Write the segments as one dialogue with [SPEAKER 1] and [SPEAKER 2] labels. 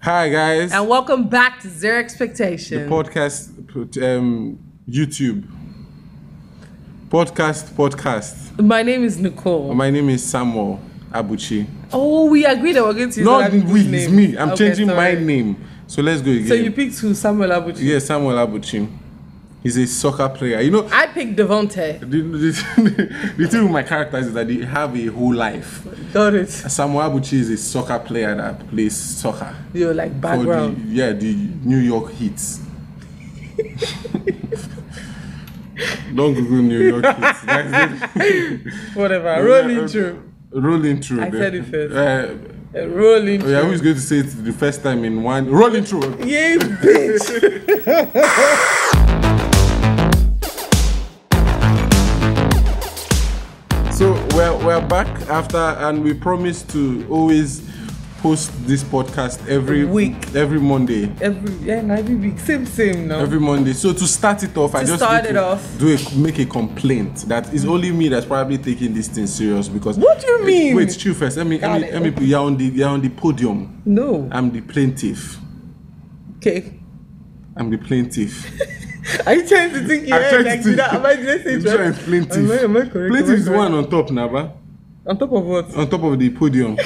[SPEAKER 1] Hi guys.
[SPEAKER 2] And welcome back to Zero Expectation.
[SPEAKER 1] podcast um, YouTube. Podcast podcast.
[SPEAKER 2] My name is Nicole.
[SPEAKER 1] My name is Samuel Abuchi.
[SPEAKER 2] oh, we agreed that we're going to use
[SPEAKER 1] Not
[SPEAKER 2] Olabiji's
[SPEAKER 1] we, it's
[SPEAKER 2] name.
[SPEAKER 1] me. I'm
[SPEAKER 2] Okay,
[SPEAKER 1] changing my
[SPEAKER 2] sorry.
[SPEAKER 1] name. So let's go again.
[SPEAKER 2] So you picked who? Samuel Abuchi.
[SPEAKER 1] yeah, Samuel Abuchi. He's a soccer player. You know,
[SPEAKER 2] I picked Devontae.
[SPEAKER 1] the, the, the thing with my characters is that they have a whole life.
[SPEAKER 2] Got it.
[SPEAKER 1] Samuel Abuchi is a soccer player that plays soccer.
[SPEAKER 2] You're like
[SPEAKER 1] for the,
[SPEAKER 2] background.
[SPEAKER 1] yeah, the New York Heats. Don't Google New York Heats. That's it.
[SPEAKER 2] Whatever. Rolling
[SPEAKER 1] Uh,
[SPEAKER 2] through.
[SPEAKER 1] Rolling through.
[SPEAKER 2] I said it first.
[SPEAKER 1] Uh,
[SPEAKER 2] Uh, Rolling
[SPEAKER 1] yeah,
[SPEAKER 2] through.
[SPEAKER 1] who's going to say it the first time in one? Rolling through.
[SPEAKER 2] Yay, bitch.
[SPEAKER 1] So we're we're back after, and we promise to always post this podcast every
[SPEAKER 2] Week.
[SPEAKER 1] every Monday.
[SPEAKER 2] every yeah, and every week. Same, same now.
[SPEAKER 1] every Monday. So to start it off, I
[SPEAKER 2] To
[SPEAKER 1] just
[SPEAKER 2] start
[SPEAKER 1] need
[SPEAKER 2] it
[SPEAKER 1] to
[SPEAKER 2] off.
[SPEAKER 1] do a, make a complaint that it's only me that's probably taking this thing serious because.
[SPEAKER 2] What do you mean?
[SPEAKER 1] Wait, chill first. Let me let me,
[SPEAKER 2] Got
[SPEAKER 1] let me. put- You're on the you're on the podium.
[SPEAKER 2] no.
[SPEAKER 1] I'm the plaintiff.
[SPEAKER 2] Okay.
[SPEAKER 1] I'm the plaintiff.
[SPEAKER 2] Are you trying to think you
[SPEAKER 1] I'm trying
[SPEAKER 2] like
[SPEAKER 1] to
[SPEAKER 2] did I, am I did I say
[SPEAKER 1] I'm
[SPEAKER 2] it right?
[SPEAKER 1] trying plaintiff.
[SPEAKER 2] Am I, am I correct? Am I
[SPEAKER 1] Plaintiff is the
[SPEAKER 2] correct?
[SPEAKER 1] one on top, Naba.
[SPEAKER 2] On top of what?
[SPEAKER 1] On top of the podium,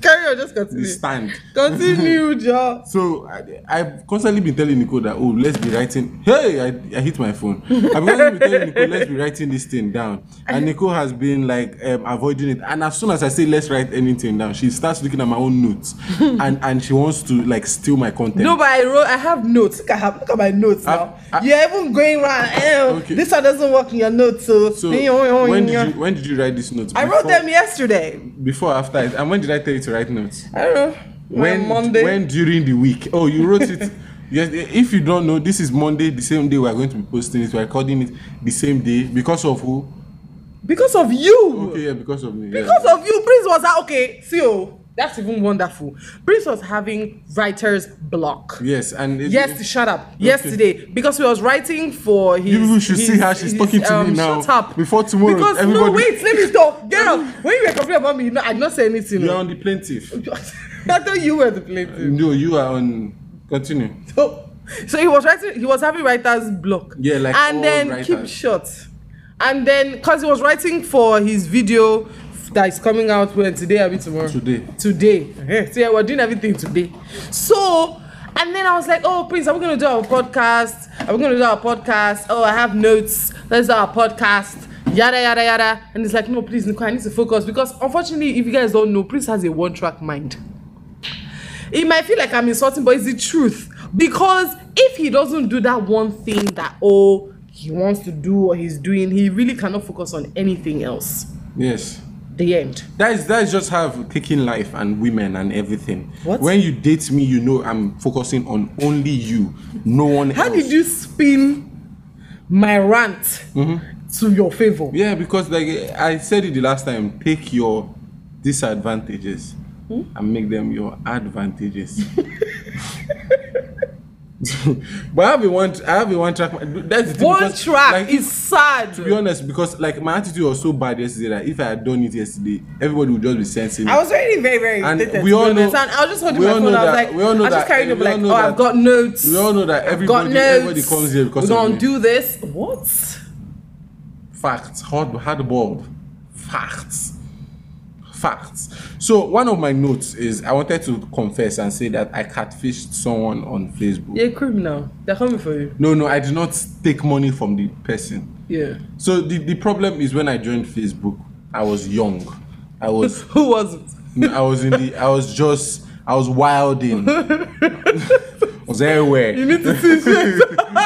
[SPEAKER 2] Carry on, just
[SPEAKER 1] the
[SPEAKER 2] continue.
[SPEAKER 1] stand.
[SPEAKER 2] Continue, Joe.
[SPEAKER 1] So I, I've constantly been telling Nicole that oh let's be writing. Hey, I, I hit my phone. I've constantly been telling Nicole let's be writing this thing down, and Nicole has been like um, avoiding it. And as soon as I say let's write anything down, she starts looking at my own notes, and and she wants to like steal my content.
[SPEAKER 2] No, but I wrote. I have notes. Look, I have. Look at my notes
[SPEAKER 1] I-
[SPEAKER 2] now.
[SPEAKER 1] I-
[SPEAKER 2] You're even going round. eh,
[SPEAKER 1] Okay.
[SPEAKER 2] This one doesn't work in your notes. So, eh, oh,
[SPEAKER 1] so when did you when did you write these notes?
[SPEAKER 2] I wrote them yesterday.
[SPEAKER 1] before after it, and when did I tell you to write notes?
[SPEAKER 2] I don't know.
[SPEAKER 1] When
[SPEAKER 2] Monday.
[SPEAKER 1] when during the week? Oh, you wrote it. Yes, if you don't know, this is Monday, the same day we are going to be posting it. We are recording it the same day because of who?
[SPEAKER 2] because of you.
[SPEAKER 1] Okay, yeah, because of me.
[SPEAKER 2] Because
[SPEAKER 1] yeah.
[SPEAKER 2] of you, Prince was like, okay, see you. That's even wonderful. Prince was having writer's block.
[SPEAKER 1] yes, and it,
[SPEAKER 2] Yes, shut up. Yesterday, because he was writing for his.
[SPEAKER 1] you people should
[SPEAKER 2] his-
[SPEAKER 1] see how she's
[SPEAKER 2] his,
[SPEAKER 1] talking to
[SPEAKER 2] um,
[SPEAKER 1] me now.
[SPEAKER 2] Shut up.
[SPEAKER 1] Before tomorrow,
[SPEAKER 2] Because
[SPEAKER 1] everybody,
[SPEAKER 2] no, wait, let me talk, girl. when you were complaining about me, you know, I did not say anything.
[SPEAKER 1] you're on the plaintiff.
[SPEAKER 2] I thought you were the plaintiff.
[SPEAKER 1] No, you are on. Continue.
[SPEAKER 2] So, so he was writing. He was having writer's block.
[SPEAKER 1] Yeah, like all
[SPEAKER 2] and then keep
[SPEAKER 1] writers.
[SPEAKER 2] short. And then, cause he was writing for his video f- that is coming out when today, Abi tomorrow.
[SPEAKER 1] Today.
[SPEAKER 2] Today. Eh, So yeah, we're doing everything today. So. And then I was like, oh, Prince, are we going to do our podcast? Are we going to do our podcast? Oh, I have notes. Let's do our podcast. Yada, yada, yada. And it's like, no, please, Nico, I need to focus. Because unfortunately, if you guys don't know, Prince has a one track mind. it might feel like i'm insulting but it's the truth because if he doesn't do that one thing that oh he wants to do or he's doing he really cannot focus on anything else
[SPEAKER 1] Yes.
[SPEAKER 2] the end
[SPEAKER 1] That is that is just how I've taken life and women and everything.
[SPEAKER 2] What?
[SPEAKER 1] When you date me, you know I'm focusing on only you, no one
[SPEAKER 2] how
[SPEAKER 1] else.
[SPEAKER 2] did you spin my rant to your favor
[SPEAKER 1] Mm-hmm. Yeah, because like I said it the last time, take your disadvantages
[SPEAKER 2] Hmm?
[SPEAKER 1] and make them your advantages. but I have a one, I have a one track. mind. That's the thing,
[SPEAKER 2] one
[SPEAKER 1] because,
[SPEAKER 2] track
[SPEAKER 1] like,
[SPEAKER 2] is sad
[SPEAKER 1] To be honest, because like my attitude was so bad yesterday that if I had done it yesterday, everybody would just be sensing.
[SPEAKER 2] I was already very, very
[SPEAKER 1] And
[SPEAKER 2] irritated.
[SPEAKER 1] we
[SPEAKER 2] to be
[SPEAKER 1] all know-
[SPEAKER 2] honest. and I was just holding
[SPEAKER 1] we
[SPEAKER 2] my
[SPEAKER 1] all
[SPEAKER 2] phone.
[SPEAKER 1] know
[SPEAKER 2] I was
[SPEAKER 1] that-
[SPEAKER 2] like,
[SPEAKER 1] we all know
[SPEAKER 2] I just
[SPEAKER 1] that-
[SPEAKER 2] carried up
[SPEAKER 1] we all
[SPEAKER 2] like,
[SPEAKER 1] know
[SPEAKER 2] oh,
[SPEAKER 1] that-
[SPEAKER 2] I've got notes.
[SPEAKER 1] we all know that
[SPEAKER 2] I've got
[SPEAKER 1] everybody-
[SPEAKER 2] notes.
[SPEAKER 1] everybody comes here because
[SPEAKER 2] we
[SPEAKER 1] of
[SPEAKER 2] don't
[SPEAKER 1] me.
[SPEAKER 2] do this. What?
[SPEAKER 1] facts hard hard bulb facts facts so one of my notes is i wanted to confess and say that i catfished someone on facebook
[SPEAKER 2] You're a criminal. They're coming for you.
[SPEAKER 1] no no i did not take money from the person
[SPEAKER 2] Yeah.
[SPEAKER 1] so the, the problem is when i joined facebook i was young i was
[SPEAKER 2] Who was it?
[SPEAKER 1] i was in the i was just i was wilding i was everywhere
[SPEAKER 2] You need to see shit.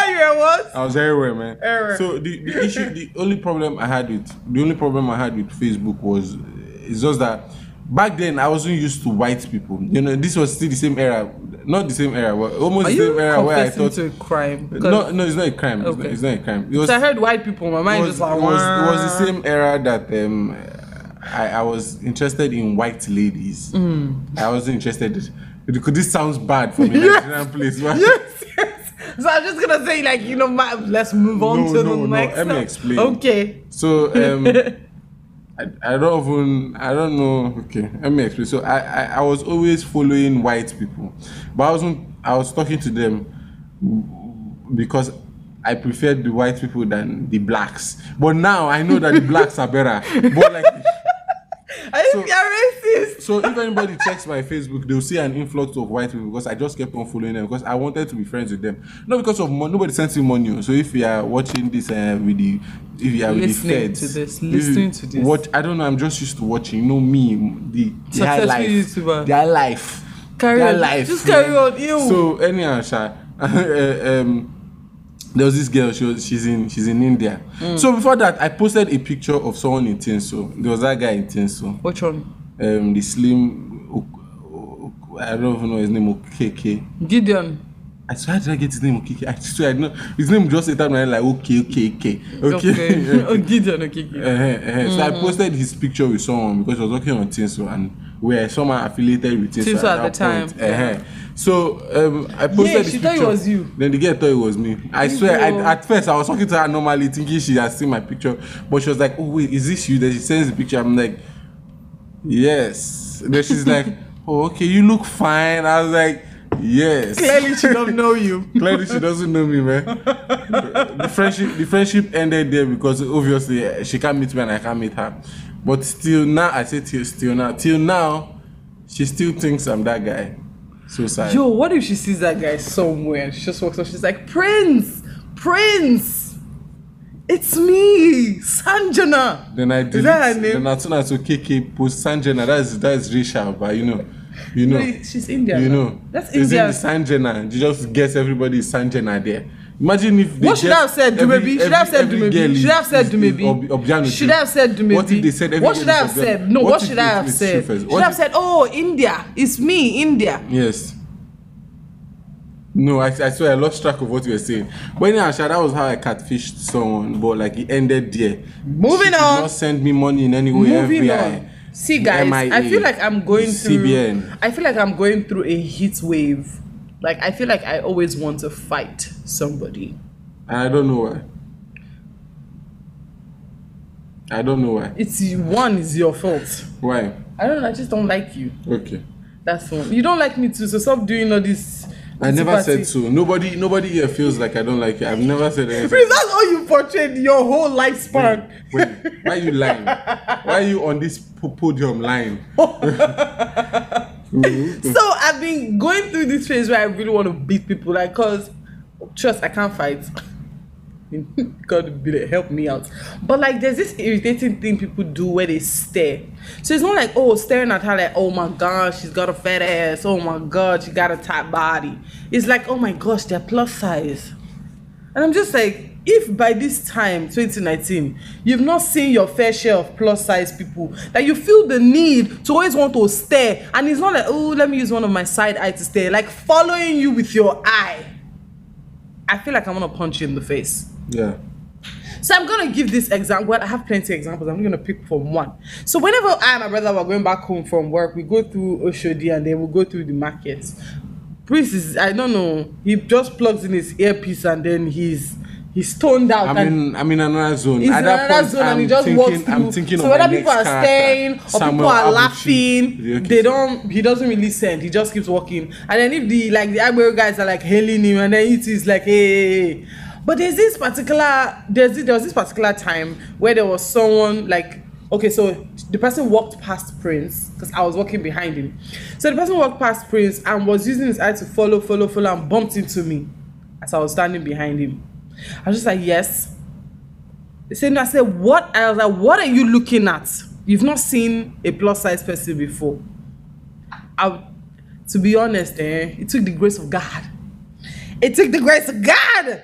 [SPEAKER 2] You're what?
[SPEAKER 1] I was everywhere, man.
[SPEAKER 2] Everywhere.
[SPEAKER 1] So the, the issue, the only problem I had with the only problem I had with Facebook was uh, it's just that back then I wasn't used to white people. You know, this was still the same era, not the same era, but almost
[SPEAKER 2] Are
[SPEAKER 1] the
[SPEAKER 2] you
[SPEAKER 1] same era where I
[SPEAKER 2] confessing
[SPEAKER 1] thought.
[SPEAKER 2] to a crime?
[SPEAKER 1] No, no, it's not a crime. It's,
[SPEAKER 2] Okay.
[SPEAKER 1] not, it's not a crime. It was,
[SPEAKER 2] So I heard white people. My
[SPEAKER 1] it
[SPEAKER 2] mind
[SPEAKER 1] was,
[SPEAKER 2] just like
[SPEAKER 1] it was, it was the same era that um, I, I was interested in white ladies. I wasn't interested. This sounds bad for me.
[SPEAKER 2] Mm. Yes.
[SPEAKER 1] Nigerian place. but-
[SPEAKER 2] Yes, yes. So I'm just gonna say like you know, my, let's move on
[SPEAKER 1] No,
[SPEAKER 2] to
[SPEAKER 1] no,
[SPEAKER 2] the
[SPEAKER 1] no,
[SPEAKER 2] next.
[SPEAKER 1] let me
[SPEAKER 2] one.
[SPEAKER 1] explain.
[SPEAKER 2] Okay.
[SPEAKER 1] So um, I, I don't even I don't know. Okay, let me explain. So I, I I was always following white people, but I wasn't. I was talking to them because I preferred the white people than the blacks. But now I know that the blacks are better. But like.
[SPEAKER 2] I
[SPEAKER 1] So-
[SPEAKER 2] think you're racist.
[SPEAKER 1] So if anybody checks my Facebook, they'll see an influx of white people because I just kept on following them because I wanted to be friends with them. Not because of money. Nobody sent me money. oh. So if you are watching this uh, with the, if you are with the
[SPEAKER 3] Listening
[SPEAKER 1] feds,
[SPEAKER 3] to this,
[SPEAKER 1] if you
[SPEAKER 3] listening to this.
[SPEAKER 1] What I don't know. I'm just used to watching. You know me, the their
[SPEAKER 3] Successful
[SPEAKER 1] life,
[SPEAKER 3] YouTuber.
[SPEAKER 1] their life,
[SPEAKER 3] Carry
[SPEAKER 1] their
[SPEAKER 3] on.
[SPEAKER 1] life.
[SPEAKER 3] Just carry on. Ew.
[SPEAKER 1] So anyhow, Sha, uh, um, there was this girl she was, she's in she's in india mm. so before that i posted a picture of someone in tinso there was that guy in tinso
[SPEAKER 3] Which one?
[SPEAKER 1] um, the slim Ok- Ok- I don't even know his name Okeke.
[SPEAKER 3] Gideon.
[SPEAKER 1] I swear how did I get his name Okeke? I swear I know his name just entered my head like okay okay okay okay.
[SPEAKER 3] oh, Gideon, okay.
[SPEAKER 1] Uh-huh,
[SPEAKER 3] Gideon.
[SPEAKER 1] uh-huh. So I
[SPEAKER 3] Mm-hmm.
[SPEAKER 1] posted his picture with someone because I was working on Tinso and we are somehow affiliated with Tinso,
[SPEAKER 3] Tinso at the
[SPEAKER 1] that
[SPEAKER 3] time.
[SPEAKER 1] Point. Uh-huh. So um, I posted
[SPEAKER 3] Yeah,
[SPEAKER 1] his
[SPEAKER 3] she
[SPEAKER 1] picture.
[SPEAKER 3] thought it was you.
[SPEAKER 1] Then the girl thought it was me. I swear,
[SPEAKER 3] Ew.
[SPEAKER 1] I, at first I was talking to her normally thinking she had seen my picture, but she was like, oh wait, is this you? Then she sends the picture. I'm like, yes. Then she's like, oh, okay, you look fine. I was like, yes.
[SPEAKER 3] Clearly, she don't know you.
[SPEAKER 1] Clearly, she doesn't know me, man. the, the friendship, the friendship ended there because obviously eh, she can't meet me and I can't meet her. But still now, I say till still now, till now, she still thinks I'm that guy. So sad.
[SPEAKER 2] Yo, what if she sees that guy somewhere and she just walks up? She's like, Prince, Prince, it's me, Sanjana.
[SPEAKER 1] Then I delete.
[SPEAKER 2] that her name?
[SPEAKER 1] Then as soon as OKK post Sanjana, that's that's racial, but you know, you know,
[SPEAKER 2] Wait, She's Indian.
[SPEAKER 1] you
[SPEAKER 2] now.
[SPEAKER 1] know.
[SPEAKER 2] That's
[SPEAKER 1] Is
[SPEAKER 2] Indian.
[SPEAKER 1] it Sanjana? You just guess everybody is Sanjana there. Imagine if they
[SPEAKER 2] What should I
[SPEAKER 1] guess
[SPEAKER 2] have said?
[SPEAKER 1] every-
[SPEAKER 2] Dumebi. Should
[SPEAKER 1] every-
[SPEAKER 2] I have said
[SPEAKER 1] every girl
[SPEAKER 2] Dumebi?
[SPEAKER 1] is-
[SPEAKER 2] Should I have said
[SPEAKER 1] is- is Ob- Obianuju?
[SPEAKER 2] Dumebi? Should I have said Dumebi?
[SPEAKER 1] What if they said every
[SPEAKER 2] What
[SPEAKER 1] girl
[SPEAKER 2] should I
[SPEAKER 1] is
[SPEAKER 2] have
[SPEAKER 1] Obianuju?
[SPEAKER 2] said? No, what,
[SPEAKER 1] if
[SPEAKER 2] should
[SPEAKER 1] they
[SPEAKER 2] I have
[SPEAKER 1] put you
[SPEAKER 2] said?
[SPEAKER 1] first?
[SPEAKER 2] Should
[SPEAKER 1] What
[SPEAKER 2] I have
[SPEAKER 1] if-
[SPEAKER 2] said, oh, India, it's me, India.
[SPEAKER 1] Yes. No, I, I swear I lost track of what you were saying. But anyhow, Sha, that was how I catfished someone, but like it ended there.
[SPEAKER 2] Moving
[SPEAKER 1] she did
[SPEAKER 2] on.
[SPEAKER 1] not send me money in any way.
[SPEAKER 2] Moving
[SPEAKER 1] FBI.
[SPEAKER 2] on. See, guys, I
[SPEAKER 1] MIA,
[SPEAKER 2] feel like I'm going through.
[SPEAKER 1] CBN.
[SPEAKER 2] I feel like I'm going through a heat wave. Like I feel like I always want to fight somebody.
[SPEAKER 1] And I don't know why. I don't know why.
[SPEAKER 2] It's one is your fault.
[SPEAKER 1] Why?
[SPEAKER 2] I don't know. I just don't like you.
[SPEAKER 1] Okay.
[SPEAKER 2] That's one. You don't like me too. So stop doing all this.
[SPEAKER 1] I never
[SPEAKER 2] antipathy.
[SPEAKER 1] said so. Nobody, nobody here feels like I don't like you. I've never said anything.
[SPEAKER 2] Prince, that's all you portrayed your whole lifespan.
[SPEAKER 1] Wait, why you lying? Why you on this po- podium lying?
[SPEAKER 2] so I've been going through this phase where I really want to beat people, like, cause trust I can't fight. God be there, help me out. But like, there's this irritating thing people do where they stare. So it's not like oh, staring at her like oh my god, she's got a fat ass. Oh my god, she got a tight body. It's like oh my gosh, they're plus size. And I'm just like, if by this time, 2019, you've not seen your fair share of plus size people, that you feel the need to always want to stare, and it's not like, oh, let me use one of my side eye to stare, like following you with your eye. I feel like I want to punch you in the face.
[SPEAKER 1] Yeah.
[SPEAKER 2] So I'm gonna give this example. Well, I have plenty of examples. I'm gonna pick from one. So whenever I and my brother were going back home from work, we go through Oshodi and then we go through the markets. Prince is I don't know. He just plugs in his earpiece and then he's he's toned out.
[SPEAKER 1] I'm
[SPEAKER 2] and
[SPEAKER 1] in, I'm in another zone.
[SPEAKER 2] He's
[SPEAKER 1] At
[SPEAKER 2] in
[SPEAKER 1] that
[SPEAKER 2] another
[SPEAKER 1] point,
[SPEAKER 2] zone
[SPEAKER 1] I'm
[SPEAKER 2] and he just
[SPEAKER 1] thinking,
[SPEAKER 2] walks through.
[SPEAKER 1] I'm thinking
[SPEAKER 2] so
[SPEAKER 1] of my
[SPEAKER 2] whether people
[SPEAKER 1] next
[SPEAKER 2] are
[SPEAKER 1] character,
[SPEAKER 2] staying or people
[SPEAKER 1] Samuel
[SPEAKER 2] are
[SPEAKER 1] Abuchi.
[SPEAKER 2] laughing,
[SPEAKER 1] Okay,
[SPEAKER 2] they don't. He doesn't really send. He just keeps walking. And then if the like the Agbero guys are like hailing him, and then it is like hey, hey, hey. But there's this particular there's this, there was this particular time where there was someone like okay so the person walked past Prince because I was walking behind him. So the person walked past Prince and was using his eye to follow, follow, follow, and bumped into me as I was standing behind him. I was just like yes. They said, no, I said, what? I was like, what are you looking at? You've not seen a plus size person before. I, to be honest, eh, it took the grace of God. It took the grace of God.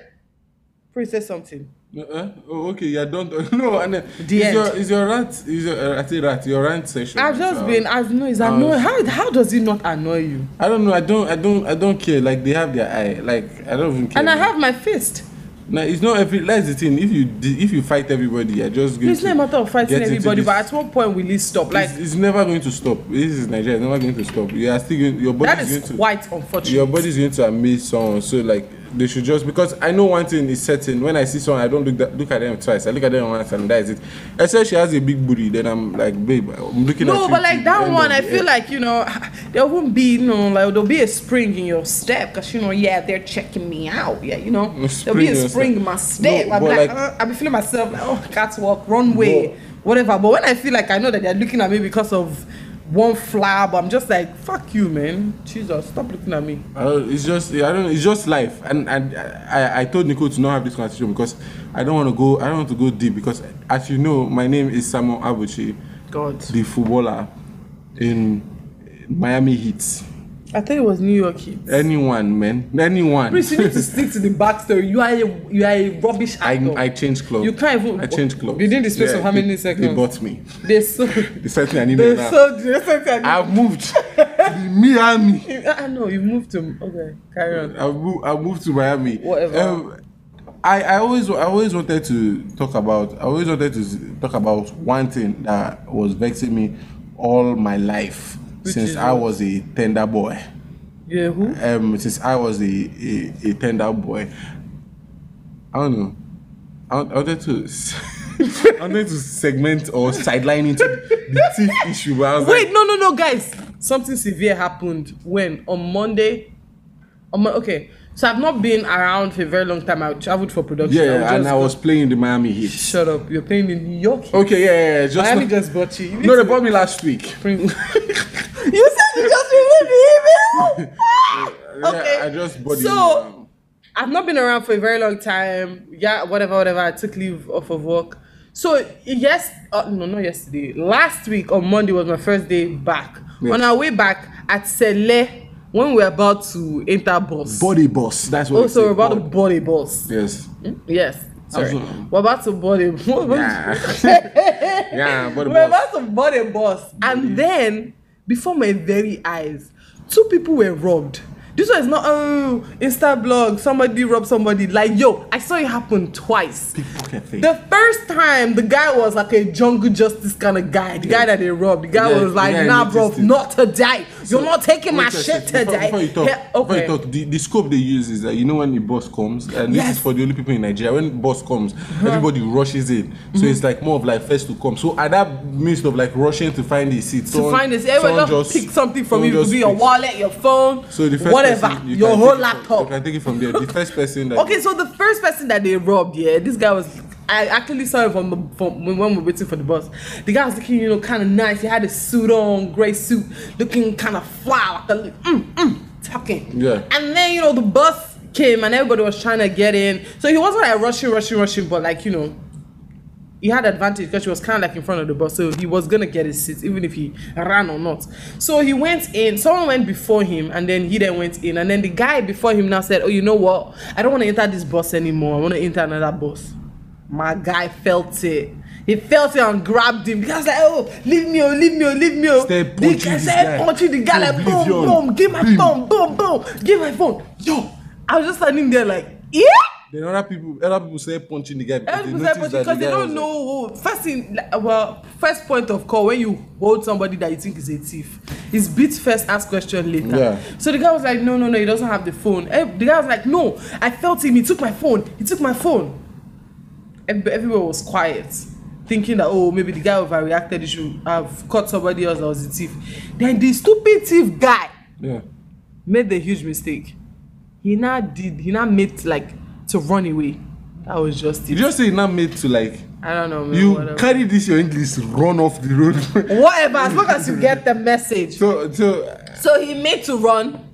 [SPEAKER 2] Prince said something.
[SPEAKER 1] Uh-uh. Oh, okay, you're done. No, and then
[SPEAKER 2] The
[SPEAKER 1] is
[SPEAKER 2] end.
[SPEAKER 1] your is your rant is your uh, I say rant your rant section.
[SPEAKER 2] I've just
[SPEAKER 1] So,
[SPEAKER 2] been, I've no, it's annoying. How, how does it not annoy you?
[SPEAKER 1] I don't know. I don't. I don't. I don't care. Like they have their eye. Like I don't even care.
[SPEAKER 2] And I have my fist.
[SPEAKER 1] Now it's not every. That's the thing. If you di- if you fight everybody, you're just going.
[SPEAKER 2] It's
[SPEAKER 1] to
[SPEAKER 2] not a matter of fighting
[SPEAKER 1] get into
[SPEAKER 2] everybody,
[SPEAKER 1] this-
[SPEAKER 2] but at one point will it stop? Like,
[SPEAKER 1] it's, it's never going to stop. This is Nigeria. It's never going to stop. You are still going, your body
[SPEAKER 2] that
[SPEAKER 1] is going
[SPEAKER 2] is
[SPEAKER 1] to
[SPEAKER 2] quite unfortunate.
[SPEAKER 1] your body is going to amaze someone. So like they should just because I know one thing is certain. When I see someone, I don't look that, look at them twice. I look at them once, and that is it. Except she has a big booty, then I'm like, babe, I'm looking at
[SPEAKER 2] No,
[SPEAKER 1] you
[SPEAKER 2] but
[SPEAKER 1] till
[SPEAKER 2] like
[SPEAKER 1] the
[SPEAKER 2] that
[SPEAKER 1] end
[SPEAKER 2] one,
[SPEAKER 1] of
[SPEAKER 2] I
[SPEAKER 1] the
[SPEAKER 2] feel
[SPEAKER 1] earth.
[SPEAKER 2] like you know there won't be you know like there'll be a spring in your step because you know yeah they're checking me out yeah you know there'll
[SPEAKER 1] spring
[SPEAKER 2] be
[SPEAKER 1] in
[SPEAKER 2] a
[SPEAKER 1] your
[SPEAKER 2] spring
[SPEAKER 1] step.
[SPEAKER 2] in my step. I'm
[SPEAKER 1] but
[SPEAKER 2] like,
[SPEAKER 1] like-
[SPEAKER 2] uh, I'll be feeling myself like oh catwalk runway whatever. But when I feel like I know that they're looking at me because of one flower, but I'm just like fuck you man, Jesus stop looking at me.
[SPEAKER 1] Uh, it's just I don't know. It's just life, and and I, I told Nico to not have this conversation because I don't want to go. I don't want to go deep because, as you know, my name is Samuel Abuchi,
[SPEAKER 2] God,
[SPEAKER 1] the footballer in Miami Heat.
[SPEAKER 2] I thought it was New York Heat.
[SPEAKER 1] Anyone, man, anyone.
[SPEAKER 2] Please, you need to stick to the backstory. You are a you are a rubbish
[SPEAKER 1] I,
[SPEAKER 2] actor.
[SPEAKER 1] I changed club.
[SPEAKER 2] You can't even-
[SPEAKER 1] I changed club.
[SPEAKER 2] Within the space of how many
[SPEAKER 1] they- They
[SPEAKER 2] seconds?
[SPEAKER 1] bought me.
[SPEAKER 2] they so
[SPEAKER 1] They sent me an email.
[SPEAKER 2] they
[SPEAKER 1] now.
[SPEAKER 2] so they so
[SPEAKER 1] I've moved. The Miami.
[SPEAKER 2] You- Ah, no, you moved to. Okay, carry on.
[SPEAKER 1] I've moved. I've moved to Miami. Um,
[SPEAKER 2] Whatever.
[SPEAKER 1] I, I always I always wanted to talk about I always wanted to s- talk about one thing that was vexing me all my life since
[SPEAKER 2] is
[SPEAKER 1] I
[SPEAKER 2] what?
[SPEAKER 1] was a tender boy.
[SPEAKER 2] Yeah, who?
[SPEAKER 1] um since I was a a, a tender boy. I don't know. I, want- I wanted to s- I wanted to segment or sideline into the teeth issue, but I was
[SPEAKER 2] Wait,
[SPEAKER 1] like,
[SPEAKER 2] no, no, no, guys. Something severe happened when on Monday. On Mon- okay, so I've not been around for a very long time. I traveled for production.
[SPEAKER 1] yeah,
[SPEAKER 2] would
[SPEAKER 1] yeah, and
[SPEAKER 2] just
[SPEAKER 1] I
[SPEAKER 2] go-
[SPEAKER 1] was playing the Miami Heat.
[SPEAKER 2] Shut up! You're playing in New York.
[SPEAKER 1] Okay, yeah, yeah, yeah, just
[SPEAKER 2] Miami
[SPEAKER 1] not-
[SPEAKER 2] just bought you. you need
[SPEAKER 1] no, they
[SPEAKER 2] to
[SPEAKER 1] bought me last week.
[SPEAKER 2] bring- you said you just removed the email. Ah!
[SPEAKER 1] Yeah,
[SPEAKER 2] okay,
[SPEAKER 1] I just bought
[SPEAKER 2] so.
[SPEAKER 1] the
[SPEAKER 2] I've not been around for a very long time. Yeah, whatever, whatever. I took leave off of work. So yes, uh, no, not yesterday. Last week on Monday was my first day back.
[SPEAKER 1] Yes.
[SPEAKER 2] On our way back at Sele, when we were about to enter bus,
[SPEAKER 1] body boss. That's what.
[SPEAKER 2] also
[SPEAKER 1] it's
[SPEAKER 2] Oh, we're about to
[SPEAKER 1] called.
[SPEAKER 2] board a bus.
[SPEAKER 1] Yes.
[SPEAKER 2] Yes, sorry,
[SPEAKER 1] Also-
[SPEAKER 2] we're about to board a
[SPEAKER 1] Yeah. yeah, body
[SPEAKER 2] we're
[SPEAKER 1] boss.
[SPEAKER 2] about to board a bus, and then before my very eyes, two people were robbed. This one is not oh Insta blog. Somebody robbed somebody. Like yo, I saw it happen twice.
[SPEAKER 1] Pickpocket thing.
[SPEAKER 2] The first time, the guy was like a jungle justice kind of guy. The guy that they robbed. The guy
[SPEAKER 1] Yeah,
[SPEAKER 2] was like,
[SPEAKER 1] yeah, I
[SPEAKER 2] "Nah, bro,
[SPEAKER 1] noticed it."
[SPEAKER 2] not today. You're not taking my
[SPEAKER 1] Wait a
[SPEAKER 2] shit
[SPEAKER 1] second, Before,
[SPEAKER 2] today."
[SPEAKER 1] before you talk,
[SPEAKER 2] Yeah,
[SPEAKER 1] before
[SPEAKER 2] okay.
[SPEAKER 1] you talk the, the scope they use is that you know when the bus comes, and this
[SPEAKER 2] Yes. Uh-huh.
[SPEAKER 1] is for the only people in Nigeria. When bus comes, everybody rushes in, so
[SPEAKER 2] Mm-hmm.
[SPEAKER 1] it's like more of like first to come. So at that midst of like rushing to find the seat,
[SPEAKER 2] to
[SPEAKER 1] someone-
[SPEAKER 2] find this, everyone
[SPEAKER 1] someone
[SPEAKER 2] just pick something from
[SPEAKER 1] someone
[SPEAKER 2] you. It could
[SPEAKER 1] just
[SPEAKER 2] be your
[SPEAKER 1] picks.
[SPEAKER 2] wallet, your phone,
[SPEAKER 1] So the first
[SPEAKER 2] whatever,
[SPEAKER 1] person, you
[SPEAKER 2] your
[SPEAKER 1] can
[SPEAKER 2] whole
[SPEAKER 1] take it from-
[SPEAKER 2] laptop.
[SPEAKER 1] you can take it from there. The first person that
[SPEAKER 2] Okay, so the first person that they robbed, yeah, this guy was. I actually saw him from, the- from when we were waiting for the bus. The guy was looking, you know, kind of nice. He had a suit on, grey suit, looking kind of fly, like a mm, mm, talking.
[SPEAKER 1] Yeah.
[SPEAKER 2] And then you know the bus came and everybody was trying to get in. So he wasn't like rushing, rushing, rushing, but like you know, he had advantage because she was kind of like in front of the bus, so he was gonna get his seat even if he ran or not. So he went in. Someone went before him, and then he then went in, and then the guy before him now said, "Oh, you know what? I don't want to enter this bus anymore. I want to enter another bus." My guy felt it. He felt it and grabbed him. The guy was like, "Oh, leave me! Oh, leave me! Oh, leave me!" Oh,
[SPEAKER 1] Started
[SPEAKER 2] the
[SPEAKER 1] punching
[SPEAKER 2] guy
[SPEAKER 1] this
[SPEAKER 2] started
[SPEAKER 1] guy
[SPEAKER 2] punching the
[SPEAKER 1] to
[SPEAKER 2] guy like, "Boom,
[SPEAKER 1] oblivion.
[SPEAKER 2] boom! Give my
[SPEAKER 1] Boom.
[SPEAKER 2] phone! Boom, boom! Give my phone!" Yo, I was just standing there like, "Yeah."
[SPEAKER 1] then other people, other people started punching the guy because they
[SPEAKER 2] Every
[SPEAKER 1] noticed
[SPEAKER 2] because
[SPEAKER 1] that the
[SPEAKER 2] they
[SPEAKER 1] guy
[SPEAKER 2] don't
[SPEAKER 1] was-
[SPEAKER 2] know who first in like, well first point of call when you hold somebody that you think is a thief is beat first ask question later
[SPEAKER 1] Yeah.
[SPEAKER 2] so the guy was like no no no he doesn't have the phone Eh, the guy was like no i felt him he took my phone he took my phone Ev- everywhere was quiet thinking that oh maybe the guy overreacted he should have caught somebody else that was the thief then the stupid thief guy
[SPEAKER 1] Yeah.
[SPEAKER 2] made the huge mistake he now did he now made like to run away that was just
[SPEAKER 1] You
[SPEAKER 2] it
[SPEAKER 1] just say it's not made to like
[SPEAKER 2] I don't know. Man,
[SPEAKER 1] you
[SPEAKER 2] whatever.
[SPEAKER 1] carry this your English run off the road.
[SPEAKER 2] whatever, as long as you get the message.
[SPEAKER 1] so so
[SPEAKER 2] So he made to run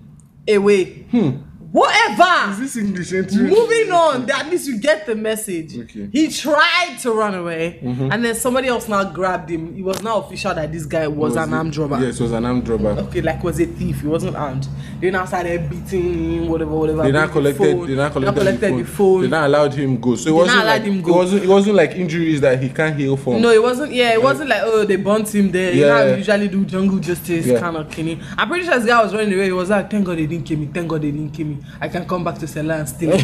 [SPEAKER 2] away.
[SPEAKER 1] Hmm. is
[SPEAKER 2] Whatever.
[SPEAKER 1] this English entry?
[SPEAKER 2] Moving on, that means you get the message.
[SPEAKER 1] Okay. Mm-hmm.
[SPEAKER 2] He tried to run away, and then somebody else now grabbed him. It was now official that this guy was, an
[SPEAKER 1] it-
[SPEAKER 2] armed robber.
[SPEAKER 1] Yes, was an armed robber.
[SPEAKER 2] Okay, like was a thief. He wasn't armed. They now started beating him, whatever, whatever.
[SPEAKER 1] They now
[SPEAKER 2] beating the
[SPEAKER 1] collected.
[SPEAKER 2] phone.
[SPEAKER 1] They now collected,
[SPEAKER 2] the phone.
[SPEAKER 1] They now allowed him go. So it
[SPEAKER 2] They now
[SPEAKER 1] wasn't
[SPEAKER 2] allowed
[SPEAKER 1] like
[SPEAKER 2] him
[SPEAKER 1] him go.
[SPEAKER 2] go.
[SPEAKER 1] It wasn't, it wasn't like injuries that he can't heal from.
[SPEAKER 2] No, it wasn't. Yeah, it wasn't like oh they burnt him there. You know
[SPEAKER 1] Yeah,
[SPEAKER 2] how we
[SPEAKER 1] yeah.
[SPEAKER 2] usually do jungle justice
[SPEAKER 1] Yeah.
[SPEAKER 2] kind of killing. I'm pretty sure this guy was running away. He was like, thank God they didn't kill me. Thank God they didn't kill me.
[SPEAKER 3] again. I can come back to Sela and steal it.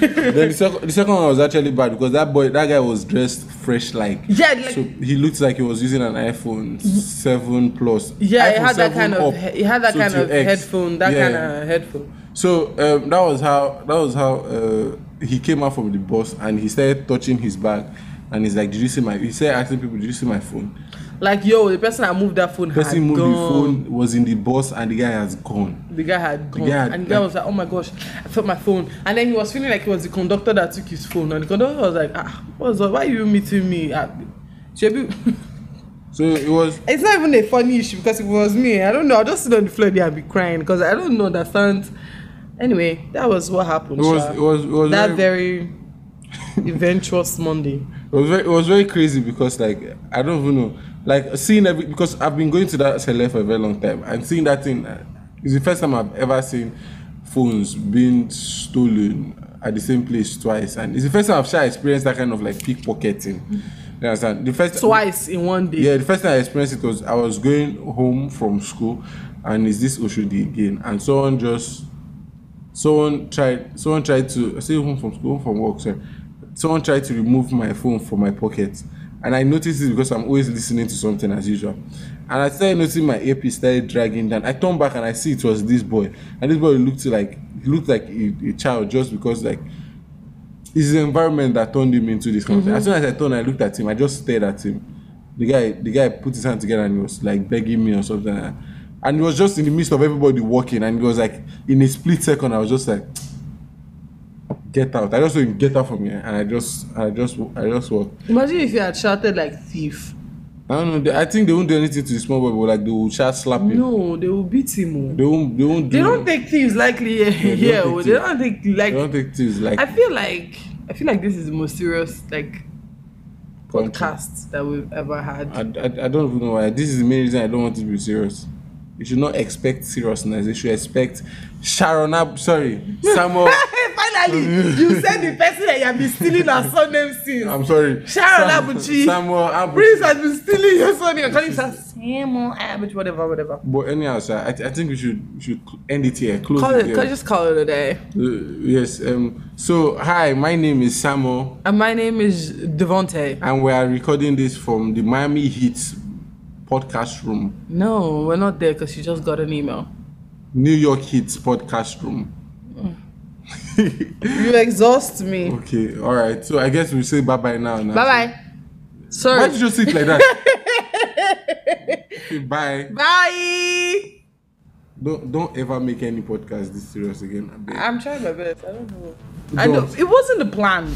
[SPEAKER 1] then the, sec- the second one was actually bad because that boy, that guy was dressed fresh like.
[SPEAKER 2] Yeah, like-
[SPEAKER 1] so he looked like he was using an iPhone seven plus.
[SPEAKER 2] Yeah, it
[SPEAKER 1] iPhone
[SPEAKER 2] had
[SPEAKER 1] 7
[SPEAKER 2] that kind of
[SPEAKER 1] up
[SPEAKER 2] he had that
[SPEAKER 1] to
[SPEAKER 2] kind of
[SPEAKER 1] 2X.
[SPEAKER 2] headphone, that
[SPEAKER 1] Yeah.
[SPEAKER 2] kind of headphone.
[SPEAKER 1] So um, that was how that was how uh, he came out from the bus and he started touching his bag and he's like, "Did you see my?" He started asking people, "Did you see my phone?"
[SPEAKER 2] Like yo, the person that moved that phone
[SPEAKER 1] Person
[SPEAKER 2] had
[SPEAKER 1] moved
[SPEAKER 2] gone.
[SPEAKER 1] the phone was in the bus and the guy has gone.
[SPEAKER 2] The guy had gone,
[SPEAKER 1] guy had-
[SPEAKER 2] and the guy was like, "Oh my gosh, I felt my phone." And then he was feeling like it was the conductor that took his phone, and the conductor was like, "Ah, what's up? Why you meeting me?" Ah, Shebi,
[SPEAKER 1] So it was
[SPEAKER 2] it's not even a funny issue because if it was me, I don't know. I'll just sit on the floor there and be crying because I don't know that sounds. Anyway, that was what happened.
[SPEAKER 1] it was
[SPEAKER 2] sha.
[SPEAKER 1] it was it was
[SPEAKER 2] that
[SPEAKER 1] very,
[SPEAKER 2] very adventurous Monday.
[SPEAKER 1] it was very it was very crazy because like I don't even know like seeing every because I've been going to that celeb for a very long time and seeing that thing uh, it's the first time I've ever seen phones being stolen at the same place twice and it's the first time I've sure experienced that kind of like pickpocketing. You understand? The first
[SPEAKER 2] Twice in one day.
[SPEAKER 1] Yeah, the first time I experienced it was I was going home from school, and is this Oshodi again? And someone just, someone tried, someone tried to I say home from school, home from work. Sorry, someone tried to remove my phone from my pocket, and I noticed it because I'm always listening to something as usual. And I started noticing my earpiece started dragging down. I turned back and I see it was this boy, and this boy looked like he looked like a, a child just because like it's the environment that turned him into this kind of thing.
[SPEAKER 2] Mm-hmm.
[SPEAKER 1] As soon as I turned, I looked at him. I just stared at him. The guy, the guy put his hand together and he was like begging me or something. like that. And he was just in the midst of everybody walking, and he was like, in a split second, I was just like, get out. I just saw him get out from here, and I just, I just, I just walked.
[SPEAKER 2] Imagine if you had shouted like thief.
[SPEAKER 1] I don't know. They, I think they won't do anything to the small boy, but like they will start slapping.
[SPEAKER 2] No, they will beat him. oh.
[SPEAKER 1] They won't. They won't. Do,
[SPEAKER 2] They don't take thieves likely eh,
[SPEAKER 1] don't
[SPEAKER 2] here.
[SPEAKER 1] take
[SPEAKER 2] oh. They
[SPEAKER 1] thieves.
[SPEAKER 2] don't take
[SPEAKER 1] They don't
[SPEAKER 2] like.
[SPEAKER 1] take things like.
[SPEAKER 2] I feel like I feel like this is the most serious like podcast that we've ever had.
[SPEAKER 1] I, I, I don't even know why. This is the main reason I don't want it to be serious. You should not expect seriousness. You should expect Sharon. Ab- sorry, Samuel.
[SPEAKER 2] Finally, you said the person that you have been stealing our surname since.
[SPEAKER 1] I'm sorry.
[SPEAKER 2] Sharon Abuchi.
[SPEAKER 1] Samuel Abuchi.
[SPEAKER 2] Prince has been stealing your surname. I'm calling her Samuel Abbott, whatever, whatever.
[SPEAKER 1] But anyhow, sir, I, I think we should we should end it here. Close
[SPEAKER 2] Call
[SPEAKER 1] it.
[SPEAKER 2] it,
[SPEAKER 1] here.
[SPEAKER 2] call, just call it a day.
[SPEAKER 1] Uh, yes. Um. So hi, my name is Samuel,
[SPEAKER 2] And my name is Devonte.
[SPEAKER 1] and we are recording this from the Miami Heat podcast room,
[SPEAKER 2] No, we're not there because she just got an email.
[SPEAKER 1] New York Heat podcast room.
[SPEAKER 2] You exhaust me.
[SPEAKER 1] Okay. All right. So I guess we say bye bye now. now.
[SPEAKER 2] Bye bye.
[SPEAKER 1] Why
[SPEAKER 2] Sorry.
[SPEAKER 1] did you sit like that? okay, bye.
[SPEAKER 2] Bye.
[SPEAKER 1] Don't don't ever make any podcast this serious again. I beg.
[SPEAKER 2] I'm trying my best. I don't know. I
[SPEAKER 1] Don't.
[SPEAKER 2] don't, it wasn't the plan.